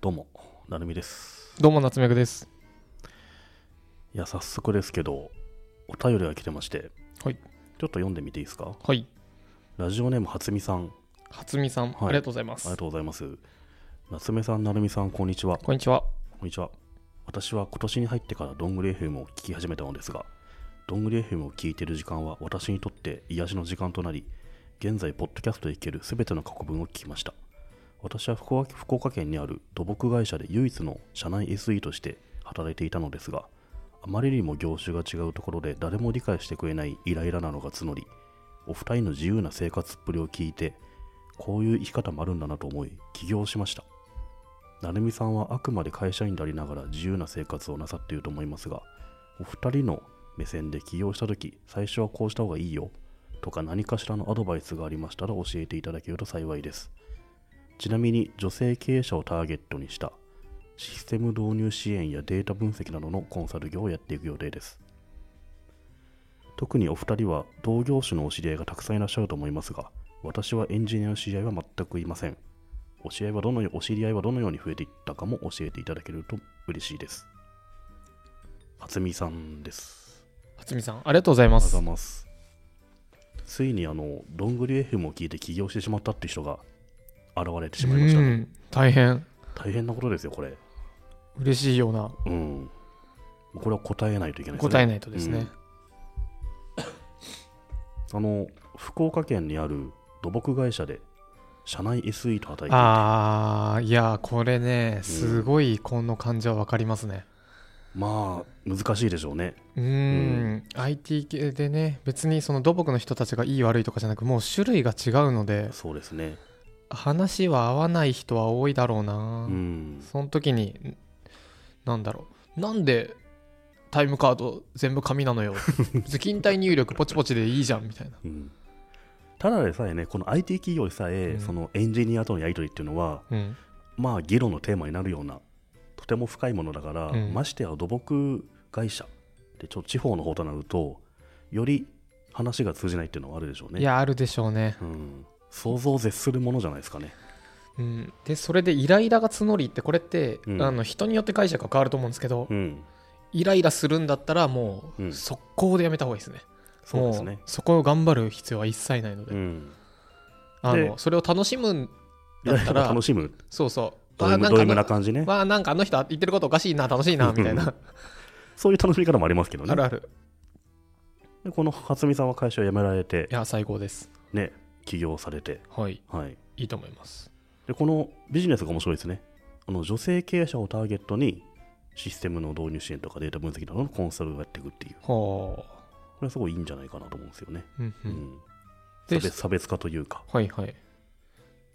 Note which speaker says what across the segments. Speaker 1: どうも、なるみです。
Speaker 2: どうも夏目くです。
Speaker 1: いや、早速ですけど、お便りが来てまして、
Speaker 2: はい
Speaker 1: ちょっと読んでみていいですか
Speaker 2: はい。
Speaker 1: ラジオネームはつみさん、あ
Speaker 2: 初見さ
Speaker 1: は
Speaker 2: ん、
Speaker 1: い
Speaker 2: ありがとうございま
Speaker 1: り
Speaker 2: す
Speaker 1: が。とうございます。夏目さん、なるみさん、こんにちは。
Speaker 2: こんにちは。
Speaker 1: こんにちは。私は今年に入ってからどんぐり FM を聞き始めたのですが、どんぐり FM を聞いている時間は私にとって癒しの時間となり、現在、ポッドキャストで聞けるすべての過去文を聞きました。私は福岡福岡県にある土木会社で唯一の社内 SE として働いていたのですが、あまりにも業種が違うところで誰も理解してくれないイライラなのが募り、お二人の自由な生活っぷりを聞いて、こういう生き方もあるんだなと思い、起業しました。なるみさんはあくまで会社員でありながら自由な生活をなさっていると思いますが、お二人の目線で起業したとき、最初はこうした方がいいよとか何かしらのアドバイスがありましたら教えていただけると幸いです。ちなみに女性経営者をターゲットにしたシステム導入支援やデータ分析などのコンサル業をやっていく予定です。特にお二人は同業種のお知り合いがたくさんいらっしゃると思いますが、私はエンジニアの知り合いは全くいません。お知り合いはどのよお知り合いはどのように増えていったかも教えていただけると嬉しいです。初見さんです。
Speaker 2: 初見さん、ありがとうござい
Speaker 1: お
Speaker 2: ま
Speaker 1: はようご
Speaker 2: す
Speaker 1: ざい。ます。ついにあの、どんぐり FM を聞いて起業してしまったっていう人が現れてしまいました
Speaker 2: う
Speaker 1: ね。
Speaker 2: ん、大変
Speaker 1: 大変なことですよ、これ。
Speaker 2: 嬉しいような
Speaker 1: うん。これは答えないといけないですね。
Speaker 2: 答えないとですね。
Speaker 1: あの、福岡県にある土木会社で、社内 SE と働いていて
Speaker 2: ああ、いやー、これね、すごいこの感じはわかりますね。
Speaker 1: まあ、難しいでしょうね。
Speaker 2: うーん、IT 系でね、別にその土木の人たちがいい悪いとかじゃなく、もう種類が違うので、
Speaker 1: そうですね。
Speaker 2: 話は合わない人は多いだろう
Speaker 1: う
Speaker 2: な。
Speaker 1: ん。
Speaker 2: その時に、んなんだろう、なんでタイムカード全部紙な のよ。別に勤怠入力ポチポチでいいじゃんみたいな。
Speaker 1: うんただでさえね、この IT 企業でさえ、
Speaker 2: うん
Speaker 1: そのエンジニアとのやり取りっていうのは、
Speaker 2: うん、
Speaker 1: まあ、議論のテーマになるような、とても深いものだから、
Speaker 2: うん
Speaker 1: ましてや土木会社で、ちょっと地方の方となると、より話が通じないっていうのはあるでしょうね。
Speaker 2: いやあるでしょうね、
Speaker 1: うん、想像を絶するものじゃないですかね。
Speaker 2: うん、でそれでイライラが募りってこれって、
Speaker 1: うん
Speaker 2: あの人によって解釈が変わると思うんですけど、
Speaker 1: うん、
Speaker 2: イライラするんだったらも
Speaker 1: う
Speaker 2: うん速攻でやめた方がいいですね、
Speaker 1: そうですね
Speaker 2: もう。そこを頑張る必要は一切ないので,、
Speaker 1: うん、
Speaker 2: あ
Speaker 1: で
Speaker 2: のそれを楽しむんだったら
Speaker 1: 楽しむ、
Speaker 2: そうそう
Speaker 1: ド
Speaker 2: あ
Speaker 1: M
Speaker 2: なん
Speaker 1: ド
Speaker 2: か
Speaker 1: M
Speaker 2: あ
Speaker 1: な
Speaker 2: の
Speaker 1: 感じね。
Speaker 2: わあなんかあの人言ってることおかしいな楽しいなみたいな
Speaker 1: そういう楽しみ方もありますけど
Speaker 2: あ
Speaker 1: ね。
Speaker 2: るある
Speaker 1: でこの初見さんは会社を辞められて
Speaker 2: い、や最高です
Speaker 1: ね、起業されて、
Speaker 2: はい
Speaker 1: はい、
Speaker 2: いいと思います
Speaker 1: でこのビジネスが面白いですねあの女性経営者をターゲットにシステムの導入支援とかデータ分析などのコンサルをやっていくっていうこ
Speaker 2: はあ
Speaker 1: れはすごいいいんじゃないかなと思うんですよね、
Speaker 2: うん
Speaker 1: う
Speaker 2: う、
Speaker 1: んん差
Speaker 2: で
Speaker 1: 別差別化というか、
Speaker 2: はいはい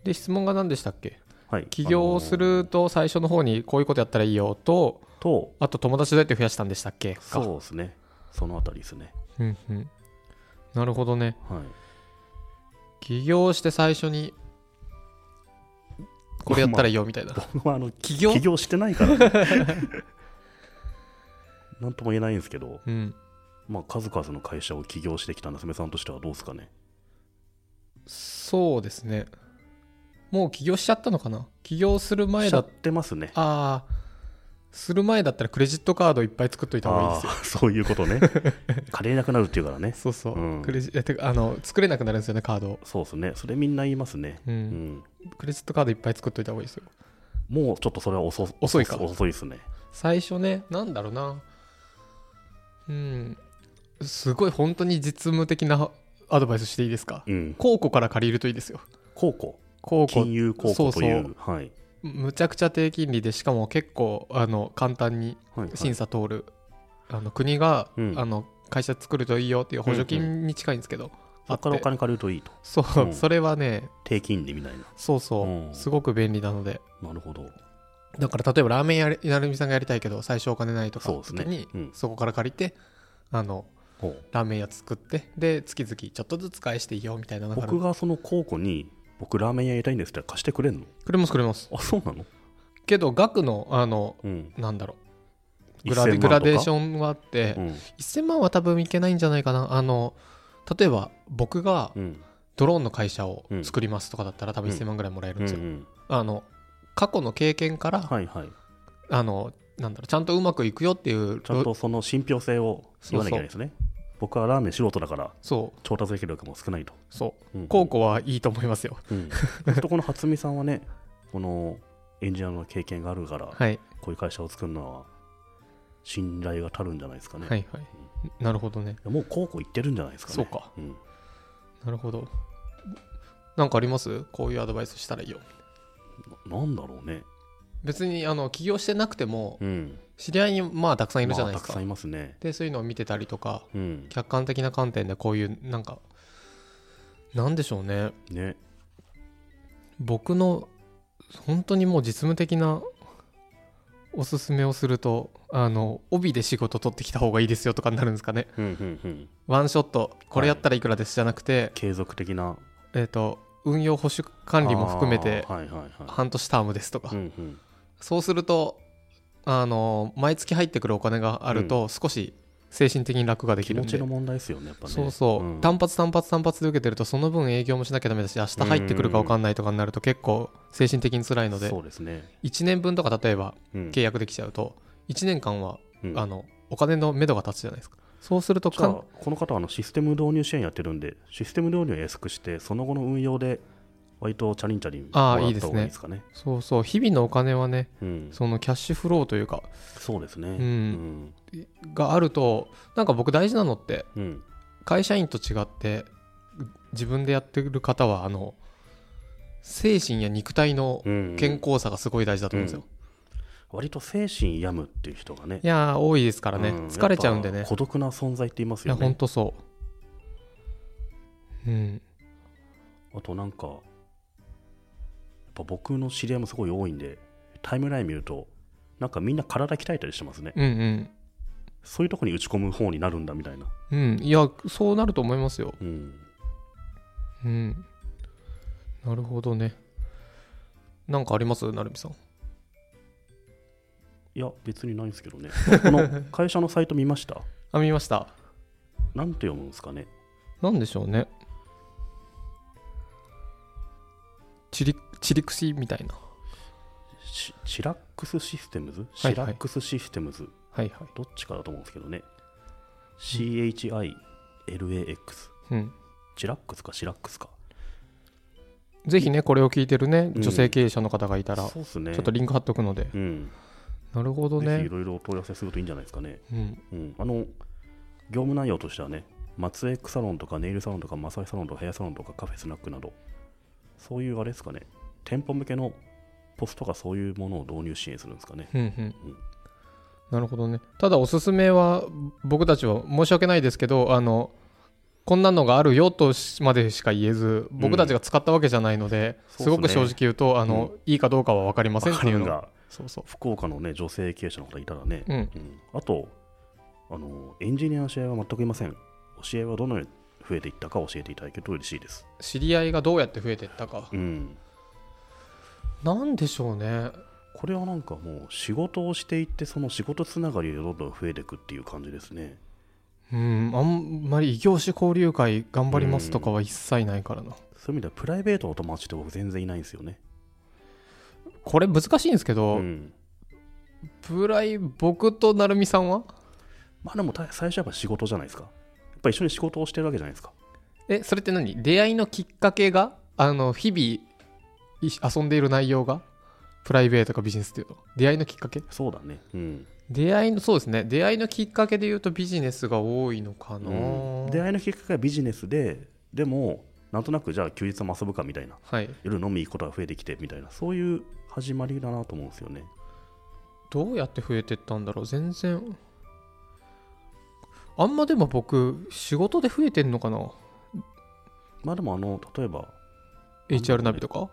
Speaker 2: で質問が何でしたっけ
Speaker 1: はい、
Speaker 2: 起業をすると最初の方にこういうことやったらいいよと
Speaker 1: あのと
Speaker 2: あと友達どうやって増やしたんでしたっけか
Speaker 1: そうですねそのあたりですね
Speaker 2: うんうんなるほどね
Speaker 1: はい
Speaker 2: 起業して最初にこれやったらいいよみたいな、
Speaker 1: 僕はあの
Speaker 2: 起業
Speaker 1: 起業してないからね なんとも言えないんですけど、
Speaker 2: うん
Speaker 1: まあ、数々の会社を起業してきた夏目さんとしてはどうですかね
Speaker 2: そうですねもう起業しちゃったのかな起業する前
Speaker 1: しちゃ
Speaker 2: だ
Speaker 1: ってますね
Speaker 2: ああする前だったらクレジットカードいっぱい作っといた方がいいですよ
Speaker 1: あーそういうこと ね借りれなくなるっていうからね
Speaker 2: そうそう、
Speaker 1: うん
Speaker 2: クレジえてかあの作れなくなるんですよねカードを
Speaker 1: そうですねそれみんな言いますね
Speaker 2: う、
Speaker 1: うんん、
Speaker 2: クレジットカードいっぱい作っといた方がいいですよ
Speaker 1: もうちょっとそれは遅
Speaker 2: 遅いか
Speaker 1: 遅いですね。
Speaker 2: 最初ねなんだろうなうんすごい本当に実務的なアドバイスしていいですか
Speaker 1: うん。
Speaker 2: 公庫から借りるといいですよ
Speaker 1: 高校、
Speaker 2: 公
Speaker 1: 金
Speaker 2: 庫
Speaker 1: 融高校という、
Speaker 2: そう
Speaker 1: はい
Speaker 2: むちゃくちゃ低金利でしかも結構あの簡単に
Speaker 1: はいはい
Speaker 2: 審査通る、あの国が、
Speaker 1: うん
Speaker 2: あの会社作るといいよっていう補助金に近いんですけど、
Speaker 1: そこからお金借りるといいと。
Speaker 2: そう、
Speaker 1: うん
Speaker 2: それはね
Speaker 1: 低金利みたいな。
Speaker 2: そうそう、
Speaker 1: うん
Speaker 2: すごく便利なので
Speaker 1: なるほど。
Speaker 2: だから例えばラーメンやりなるみさんがやりたいけど最初お金ないとか
Speaker 1: そう
Speaker 2: の
Speaker 1: です
Speaker 2: 時
Speaker 1: ね
Speaker 2: に
Speaker 1: うん
Speaker 2: そこから借りてあの
Speaker 1: ほう
Speaker 2: ラーメン屋作ってで月々ちょっとずつ返していいよみたいな流れ
Speaker 1: 僕がその高校に、僕ラーメン屋やりたいんですって貸してくれんの
Speaker 2: くれますくれます
Speaker 1: あ、そうなの
Speaker 2: けど額のあの
Speaker 1: うん。
Speaker 2: なんだろうグラデ
Speaker 1: 1000万と
Speaker 2: グ
Speaker 1: か
Speaker 2: ラデーションがあって、
Speaker 1: うん。
Speaker 2: 1000万は多分いけないんじゃないかなあの例えば僕が
Speaker 1: うん。
Speaker 2: ドローンの会社を
Speaker 1: うん
Speaker 2: 作りますとかだったら多分
Speaker 1: うん
Speaker 2: 1000万ぐらいもらえるん
Speaker 1: うん
Speaker 2: ですよ、あの過去の経験から、
Speaker 1: はいはい
Speaker 2: あのなんだろうちゃんとうまくいくよっていう
Speaker 1: ちゃんとその信憑性を言わなきゃいけないですね僕はラーメン素人だから
Speaker 2: そ
Speaker 1: 調達できる力も少ないと、
Speaker 2: うそう
Speaker 1: うんうん
Speaker 2: 高校はいいと思いますよ
Speaker 1: うん、ずっとこの初見さんはねこのエンジニアの経験があるから、
Speaker 2: はい
Speaker 1: こういう会社を作るのは信頼が足るんじゃないですかね、
Speaker 2: はいはいなるほどね
Speaker 1: もう高校行ってるんじゃないですかね
Speaker 2: そうか
Speaker 1: うん、
Speaker 2: なるほどなんかありますこういうアドバイスしたらいいよ
Speaker 1: ななんだろうね
Speaker 2: 別にあの起業してなくても
Speaker 1: うん
Speaker 2: 知り合いにまあたくさんいるじゃないです
Speaker 1: まあたく
Speaker 2: か、
Speaker 1: さんいますね
Speaker 2: でそういうのを見てたりとか
Speaker 1: うん
Speaker 2: 客観的な観点でこういうなんかなんでしょうね
Speaker 1: ね
Speaker 2: 僕の本当にもう実務的なおすすめをするとあの帯で仕事取ってきた方がいいですよとかになるんですかね
Speaker 1: うんうんうん
Speaker 2: ワンショットこれやったらいくらですじゃなくて、
Speaker 1: 継続的な
Speaker 2: えっ、と運用保守管理も含めて
Speaker 1: あーはいはいは
Speaker 2: 半年タームですとか、
Speaker 1: い、うんうん、
Speaker 2: そうするとあの毎月入ってくるお金があると少し精神的に楽ができ
Speaker 1: 気
Speaker 2: る
Speaker 1: 持
Speaker 2: んで、
Speaker 1: ちの問題ですよねやっぱね
Speaker 2: そうそう、
Speaker 1: ん
Speaker 2: 単発単発単発で受けてるとその分営業もしなきゃダメだし明日入ってくるか分かんないとかになると結構精神的に辛いので
Speaker 1: そうですね、
Speaker 2: 1年分とか例えば
Speaker 1: うん
Speaker 2: 契約できちゃうと1年間は、
Speaker 1: うん
Speaker 2: あのお金の目処が立つじゃないですかそうすると
Speaker 1: じゃあ
Speaker 2: かん
Speaker 1: この方はあのシステム導入支援やってるんでシステム導入を安くしてその後の運用で割とチャリンチャリンもら
Speaker 2: あ
Speaker 1: っ
Speaker 2: ー
Speaker 1: た
Speaker 2: いいですね
Speaker 1: 方がいいですかね
Speaker 2: そうそう日々のお金はね
Speaker 1: うん、
Speaker 2: そのキャッシュフローというか
Speaker 1: そうですね
Speaker 2: う
Speaker 1: うん
Speaker 2: ん、があるとなんか僕大事なのって
Speaker 1: うん
Speaker 2: 会社員と違って自分でやってる方はあの精神や肉体の
Speaker 1: うん
Speaker 2: 健康さがすごい大事だと思うんですよ、
Speaker 1: 割と精神病むっていう人がね
Speaker 2: いやー多いですからね、
Speaker 1: うん
Speaker 2: 疲れちゃうんで
Speaker 1: や
Speaker 2: ね
Speaker 1: っぱ孤独な存在って言います
Speaker 2: いや
Speaker 1: よ
Speaker 2: ほん
Speaker 1: ね
Speaker 2: とそううん
Speaker 1: あとなんかやっぱ僕の知り合いもすごい多いんでタイムライン見るとなんかみんな体鍛えたりしてますね
Speaker 2: うんうん
Speaker 1: そういうとこに打ち込む方になるんだみたいな、
Speaker 2: うんいやそうなると思いますよ
Speaker 1: うん、
Speaker 2: うんなるほどねなんかありますなるみさん
Speaker 1: いや別にないんですけどねあこの会社のサイト見ました
Speaker 2: あ見ました
Speaker 1: なんて読むんですかね
Speaker 2: なんでしょうねチリチリクシみたいな
Speaker 1: シシラックスシステムズ
Speaker 2: いは
Speaker 1: シ
Speaker 2: い
Speaker 1: ラックスシステムズ、
Speaker 2: はいはい
Speaker 1: どっちかだと思うんですけどね CHILAX
Speaker 2: うん
Speaker 1: チラックスかシラックスか
Speaker 2: ぜひねこれを聞いてるね
Speaker 1: うん
Speaker 2: 女性経営者の方がいたら、ち
Speaker 1: そうっすね
Speaker 2: ょっとリンク貼っとくので
Speaker 1: うん、
Speaker 2: なるほど
Speaker 1: ぜひい
Speaker 2: ね
Speaker 1: ろいろお問い合わせするといいんじゃないですかね、
Speaker 2: うん
Speaker 1: うん、あの業務内容としてはね松江区サロンとかネイルサロンとかマサイサロンとかヘアサロンとかカフェスナックなどそういうあれですかね店舗向けのポストがそういうものを導入支援するんですかね
Speaker 2: うんうんなるほどねただおすすめは僕たちは申し訳ないですけどあのこんなのがあるよとしまでしか言えず僕たちが使ったわけじゃないの
Speaker 1: そうっ
Speaker 2: で、
Speaker 1: すね
Speaker 2: すごく正直言うとあの、いいかどうかは分かりませんってい
Speaker 1: わ
Speaker 2: うの
Speaker 1: かる
Speaker 2: が
Speaker 1: が
Speaker 2: そうそ
Speaker 1: 福岡のね女性経営者の方いたらね、
Speaker 2: ううん
Speaker 1: うんあとあのエンジニアの試合は全くいません教えはどのように増えていったか教えていただけると嬉しいです
Speaker 2: 知り合いがどうやって増えていったか
Speaker 1: うん
Speaker 2: なんでしょうね
Speaker 1: これはなんかもう仕事をしていってその仕事つながりがどんどん増えていくっていう感じですね
Speaker 2: うんあんまり異業種交流会頑張りますとかは一切ないからな、
Speaker 1: そういう意味ではプライベートの友達って僕全然いないんですよね
Speaker 2: これ難しいんですけど、
Speaker 1: うん
Speaker 2: プライ僕と成美さんは
Speaker 1: まあでもた最初はやっぱ仕事じゃないですかやっぱ一緒に仕事をしてるわけじゃないですか
Speaker 2: えそれって何出会いのきっかけがあの日々い遊んでいる内容がプライベートかビジネスっていうと出会いのきっかけ
Speaker 1: そうだねうん、
Speaker 2: 出会いのそうですね出会いのきっかけで言うとビジネスが多いのかな、
Speaker 1: うん出会いのきっかけはビジネスででもなんとなくじゃあ休日も遊ぶかみたいな
Speaker 2: はい
Speaker 1: 夜飲み行くことが増えてきてみたいなそういう始まりだなと思うんですよね
Speaker 2: どうやって増えてったんだろう全然あんまでも僕仕事で増えてんのかな
Speaker 1: まあでもあの例えば
Speaker 2: HR ナビとか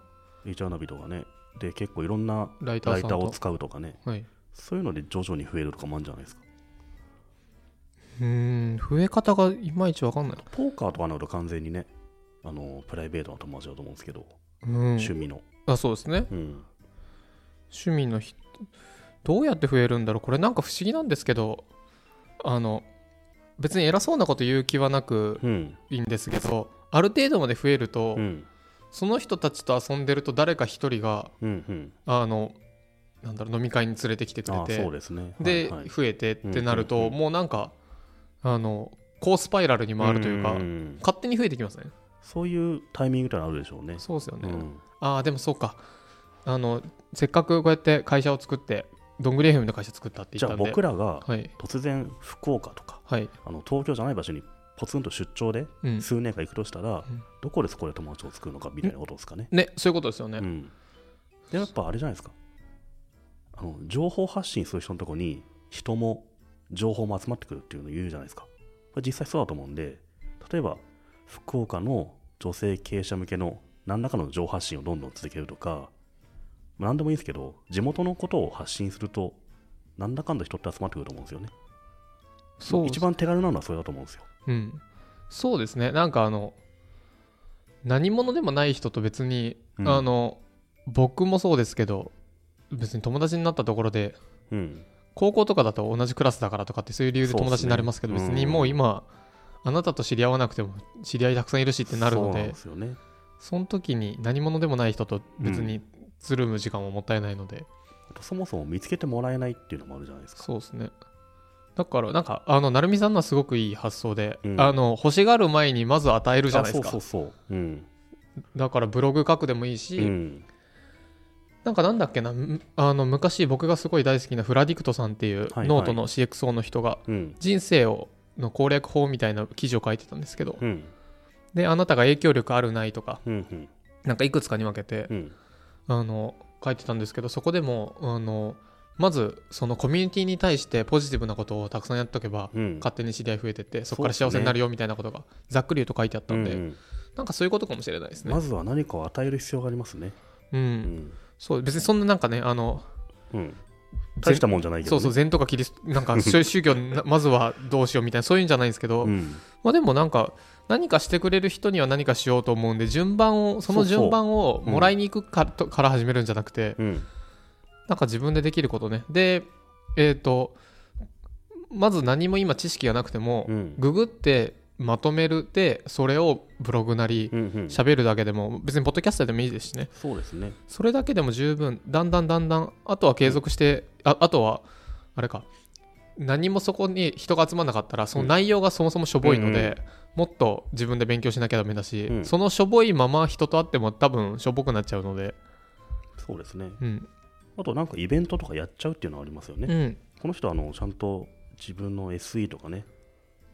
Speaker 1: HR ナビとかねで結構いろんな
Speaker 2: ライタ
Speaker 1: ラ
Speaker 2: ー
Speaker 1: イ
Speaker 2: さん
Speaker 1: ターを
Speaker 2: と
Speaker 1: 使うとかね
Speaker 2: はい、
Speaker 1: そういうので徐々に増えるとかもあるんじゃないですか
Speaker 2: うーん増え方がいまいちわかんない、
Speaker 1: ポーカーとかになると完全にねあのプライベートの友達だと思うんですけど、
Speaker 2: うん、
Speaker 1: 趣味の、
Speaker 2: あそうですね
Speaker 1: うん、
Speaker 2: 趣味の人どうやって増えるんだろうこれなんか不思議なんですけどあの別に偉そうなこと言う気はなく
Speaker 1: うん
Speaker 2: いいんですけどある程度まで増えると、
Speaker 1: うん
Speaker 2: その人たちと遊んでると誰か一人が
Speaker 1: うんうん
Speaker 2: あのなんだろう飲み会に連れてきてくれ
Speaker 1: ああ
Speaker 2: て
Speaker 1: そうですね
Speaker 2: で、
Speaker 1: はいはい
Speaker 2: 増えてってなると、
Speaker 1: うんうんうん
Speaker 2: もうなんかあの高スパイラルに回るというか、
Speaker 1: んん
Speaker 2: 勝手に増えてきますね
Speaker 1: そういうタイミングってのはあるでしょうね
Speaker 2: そうですよね、
Speaker 1: うん
Speaker 2: ああでもそうかあのせっかくこうやって会社を作ってどんぐり FM の会社作ったって
Speaker 1: じ
Speaker 2: 言
Speaker 1: ゃあ
Speaker 2: ったんで
Speaker 1: 僕らが
Speaker 2: はい
Speaker 1: 突然福岡とか
Speaker 2: はい、
Speaker 1: あの東京じゃない場所にポツンと出張で
Speaker 2: うん、
Speaker 1: 数年間行くとしたら、
Speaker 2: ん
Speaker 1: どこでそこで友達を作るのかみたいなことですかね。
Speaker 2: ねそういうことですよね、
Speaker 1: うん、でやっぱあれじゃないですかあの情報発信する人のとこに人も情報も集まってくるっていうのを言うじゃないですかこれ実際そうだと思うんで例えば福岡の女性経営者向けの何らかの情報発信をどんどん続けるとかまあ何でもいいですけど地元のことを発信すると何らかの人って集まってくると思うんですよね
Speaker 2: そう
Speaker 1: 一番手軽なのはそれだと思うんですよ
Speaker 2: うん、そうですねなんかあの何者でもない人と別に、
Speaker 1: うん
Speaker 2: あの僕もそうですけど別に友達になったところで
Speaker 1: うん
Speaker 2: 高校とかだと同じクラスだからとかってそういう理由で友達になれますけど
Speaker 1: そうっす
Speaker 2: 別
Speaker 1: ね
Speaker 2: に
Speaker 1: うん
Speaker 2: もう今あなたと知り合わなくても知り合いたくさんいるしってなるの
Speaker 1: そうなん
Speaker 2: で
Speaker 1: ですよね
Speaker 2: その時に何者でもない人と別につるむ時間ももったいないので、
Speaker 1: あとそもそも見つけてもらえないっていうのもあるじゃないですか。
Speaker 2: そうですねだからなんかあの成美さんのはすごくいい発想で、
Speaker 1: うん
Speaker 2: あの欲しがる前にまず与えるじゃないですか
Speaker 1: あそうそうそう。うん。
Speaker 2: だからブログ書くでもいいし、
Speaker 1: うん
Speaker 2: なんかなんだっけなむあの昔僕がすごい大好きなフラディクトさんっていう
Speaker 1: はい
Speaker 2: ノートの CXO の人が
Speaker 1: うん。
Speaker 2: 人生をの攻略法みたいな記事を書いてたんですけど
Speaker 1: うん。
Speaker 2: であなたが影響力あるないとか
Speaker 1: うん。うん
Speaker 2: なんかいくつかに分けて
Speaker 1: うん。
Speaker 2: あの書いてたんですけどそこでもあのまずそのコミュニティに対してポジティブなことをたくさんやっとけば
Speaker 1: うん。
Speaker 2: 勝手に知り合い増えてってそこから幸せになるよみたいなことがざっくり言うと書いてあったん
Speaker 1: う
Speaker 2: で
Speaker 1: ん
Speaker 2: なんかそういうことかもしれないですね
Speaker 1: まずは何かを与える必要がありますね。
Speaker 2: う
Speaker 1: うんん。
Speaker 2: そう別にそんななんかねあの
Speaker 1: うん。大したもんじゃないけど
Speaker 2: そ
Speaker 1: ね。
Speaker 2: うそう禅とかキリスト なんかそういう宗教なまずはどうしようみたいなそういうんじゃないんですけど、
Speaker 1: うん。
Speaker 2: まあでもなんか何かしてくれる人には何かしようと思うんで順番をその順番を
Speaker 1: うん
Speaker 2: もらいに行くかとから始めるんじゃなくて、
Speaker 1: うん。
Speaker 2: なんか自分でできることねでえっ、とまず何も今知識がなくても、
Speaker 1: うん。
Speaker 2: ググってまとめるでそれをブログなり
Speaker 1: うんうん。
Speaker 2: 喋るだけでも別にポッドキャストでもいいですしね
Speaker 1: そうですね。
Speaker 2: それだけでも十分だんだんだんだんあとは継続して、ああとはあれか何もそこに人が集まらなかったらその内容がそもそもしょぼいので、
Speaker 1: うんうん
Speaker 2: もっと自分で勉強しなきゃダメだし、
Speaker 1: うん
Speaker 2: そのしょぼいまま人と会っても多分しょぼくなっちゃうので、
Speaker 1: そうですね。
Speaker 2: うん
Speaker 1: あとなんかイベントとかやっちゃうっていうのはありますよね。
Speaker 2: うん
Speaker 1: この人はあのちゃんと自分の SE とかね、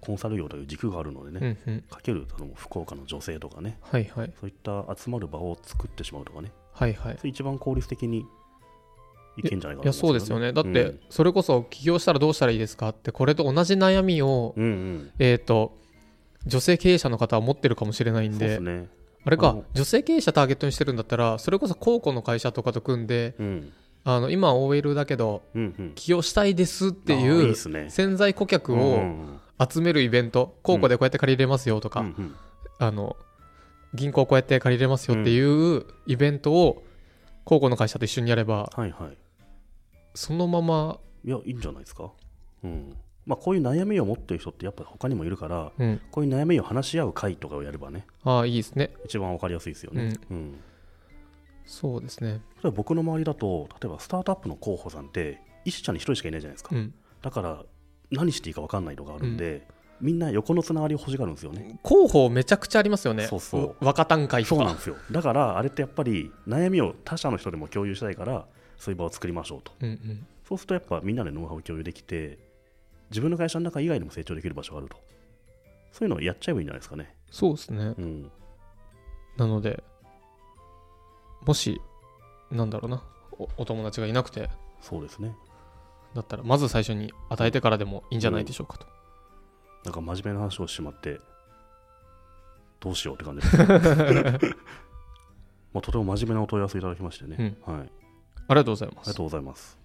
Speaker 1: コンサル業という軸があるので
Speaker 2: う
Speaker 1: ね、
Speaker 2: んうん、
Speaker 1: かけるあの福岡の女性とかね、
Speaker 2: はいはい
Speaker 1: そういった集まる場を作ってしまうとかね。
Speaker 2: はいはい
Speaker 1: それ一番効率的にいけんじゃないか
Speaker 2: い
Speaker 1: なと
Speaker 2: やそ
Speaker 1: 思
Speaker 2: うんですよねだって、
Speaker 1: うん
Speaker 2: それこそ起業したらどうしたらいいですかってこれと同じ悩みを、
Speaker 1: うんうん
Speaker 2: えっ、と女性経営者の方は持ってるかもしれない
Speaker 1: そ
Speaker 2: ん
Speaker 1: う
Speaker 2: で
Speaker 1: ですね
Speaker 2: あれ
Speaker 1: あ
Speaker 2: か
Speaker 1: の
Speaker 2: 女性経営者ターゲットにしてるんだったらそれこそ高校の会社とかと組んで
Speaker 1: うん
Speaker 2: あの今は OL だけど
Speaker 1: うんうん
Speaker 2: 起業したいですって
Speaker 1: あーいい
Speaker 2: い
Speaker 1: っ
Speaker 2: う
Speaker 1: すね
Speaker 2: 潜在顧客
Speaker 1: うんう
Speaker 2: を
Speaker 1: ん
Speaker 2: 集めるイベント高校でこうやって借りれますよとか、
Speaker 1: うんうん
Speaker 2: あの銀行こうやって借りれますよっていうイベントを高校の会社と一緒にやれば
Speaker 1: はいはい
Speaker 2: そのまま、
Speaker 1: いやいいんじゃないですかうんまあこういう悩みを持ってる人ってやっぱ他にもいるから
Speaker 2: うん、
Speaker 1: こういう悩みを話し合う会とかをやればね
Speaker 2: ああいいですね
Speaker 1: 一番わかりやすいですよねうん
Speaker 2: そうですね
Speaker 1: 例えば僕の周りだと例えばスタートアップの候補さんって一社に一人しかいないじゃないですか
Speaker 2: うん
Speaker 1: だから何していいか分かんないとかあるんでみんな横のつながりを欲しがるんですよね
Speaker 2: 候補めちゃくちゃありますよね
Speaker 1: そうそう
Speaker 2: う若旦会と
Speaker 1: そう
Speaker 2: か
Speaker 1: なんですよだからあれってやっぱり悩みを他社の人でも共有したいからそういう場を作りましょうと
Speaker 2: うんうん
Speaker 1: そうするとやっぱみんなでノウハウを共有できて自分の会社の中以外でも成長できる場所があるとそういうのをやっちゃえばいいんじゃないですかね
Speaker 2: そうですね
Speaker 1: うん
Speaker 2: なのでもしなんだろうなおお友達がいなくて
Speaker 1: そうですね
Speaker 2: だったらまず最初に与えてからでもいいんじゃないでしょうかと、
Speaker 1: なんか真面目な話をしてしまってどうしようって感じです、 まあ、とても真面目なお問い合わせいただきましてね、
Speaker 2: うん
Speaker 1: はい、あり
Speaker 2: ありがとうございま
Speaker 1: が
Speaker 2: す
Speaker 1: とうございます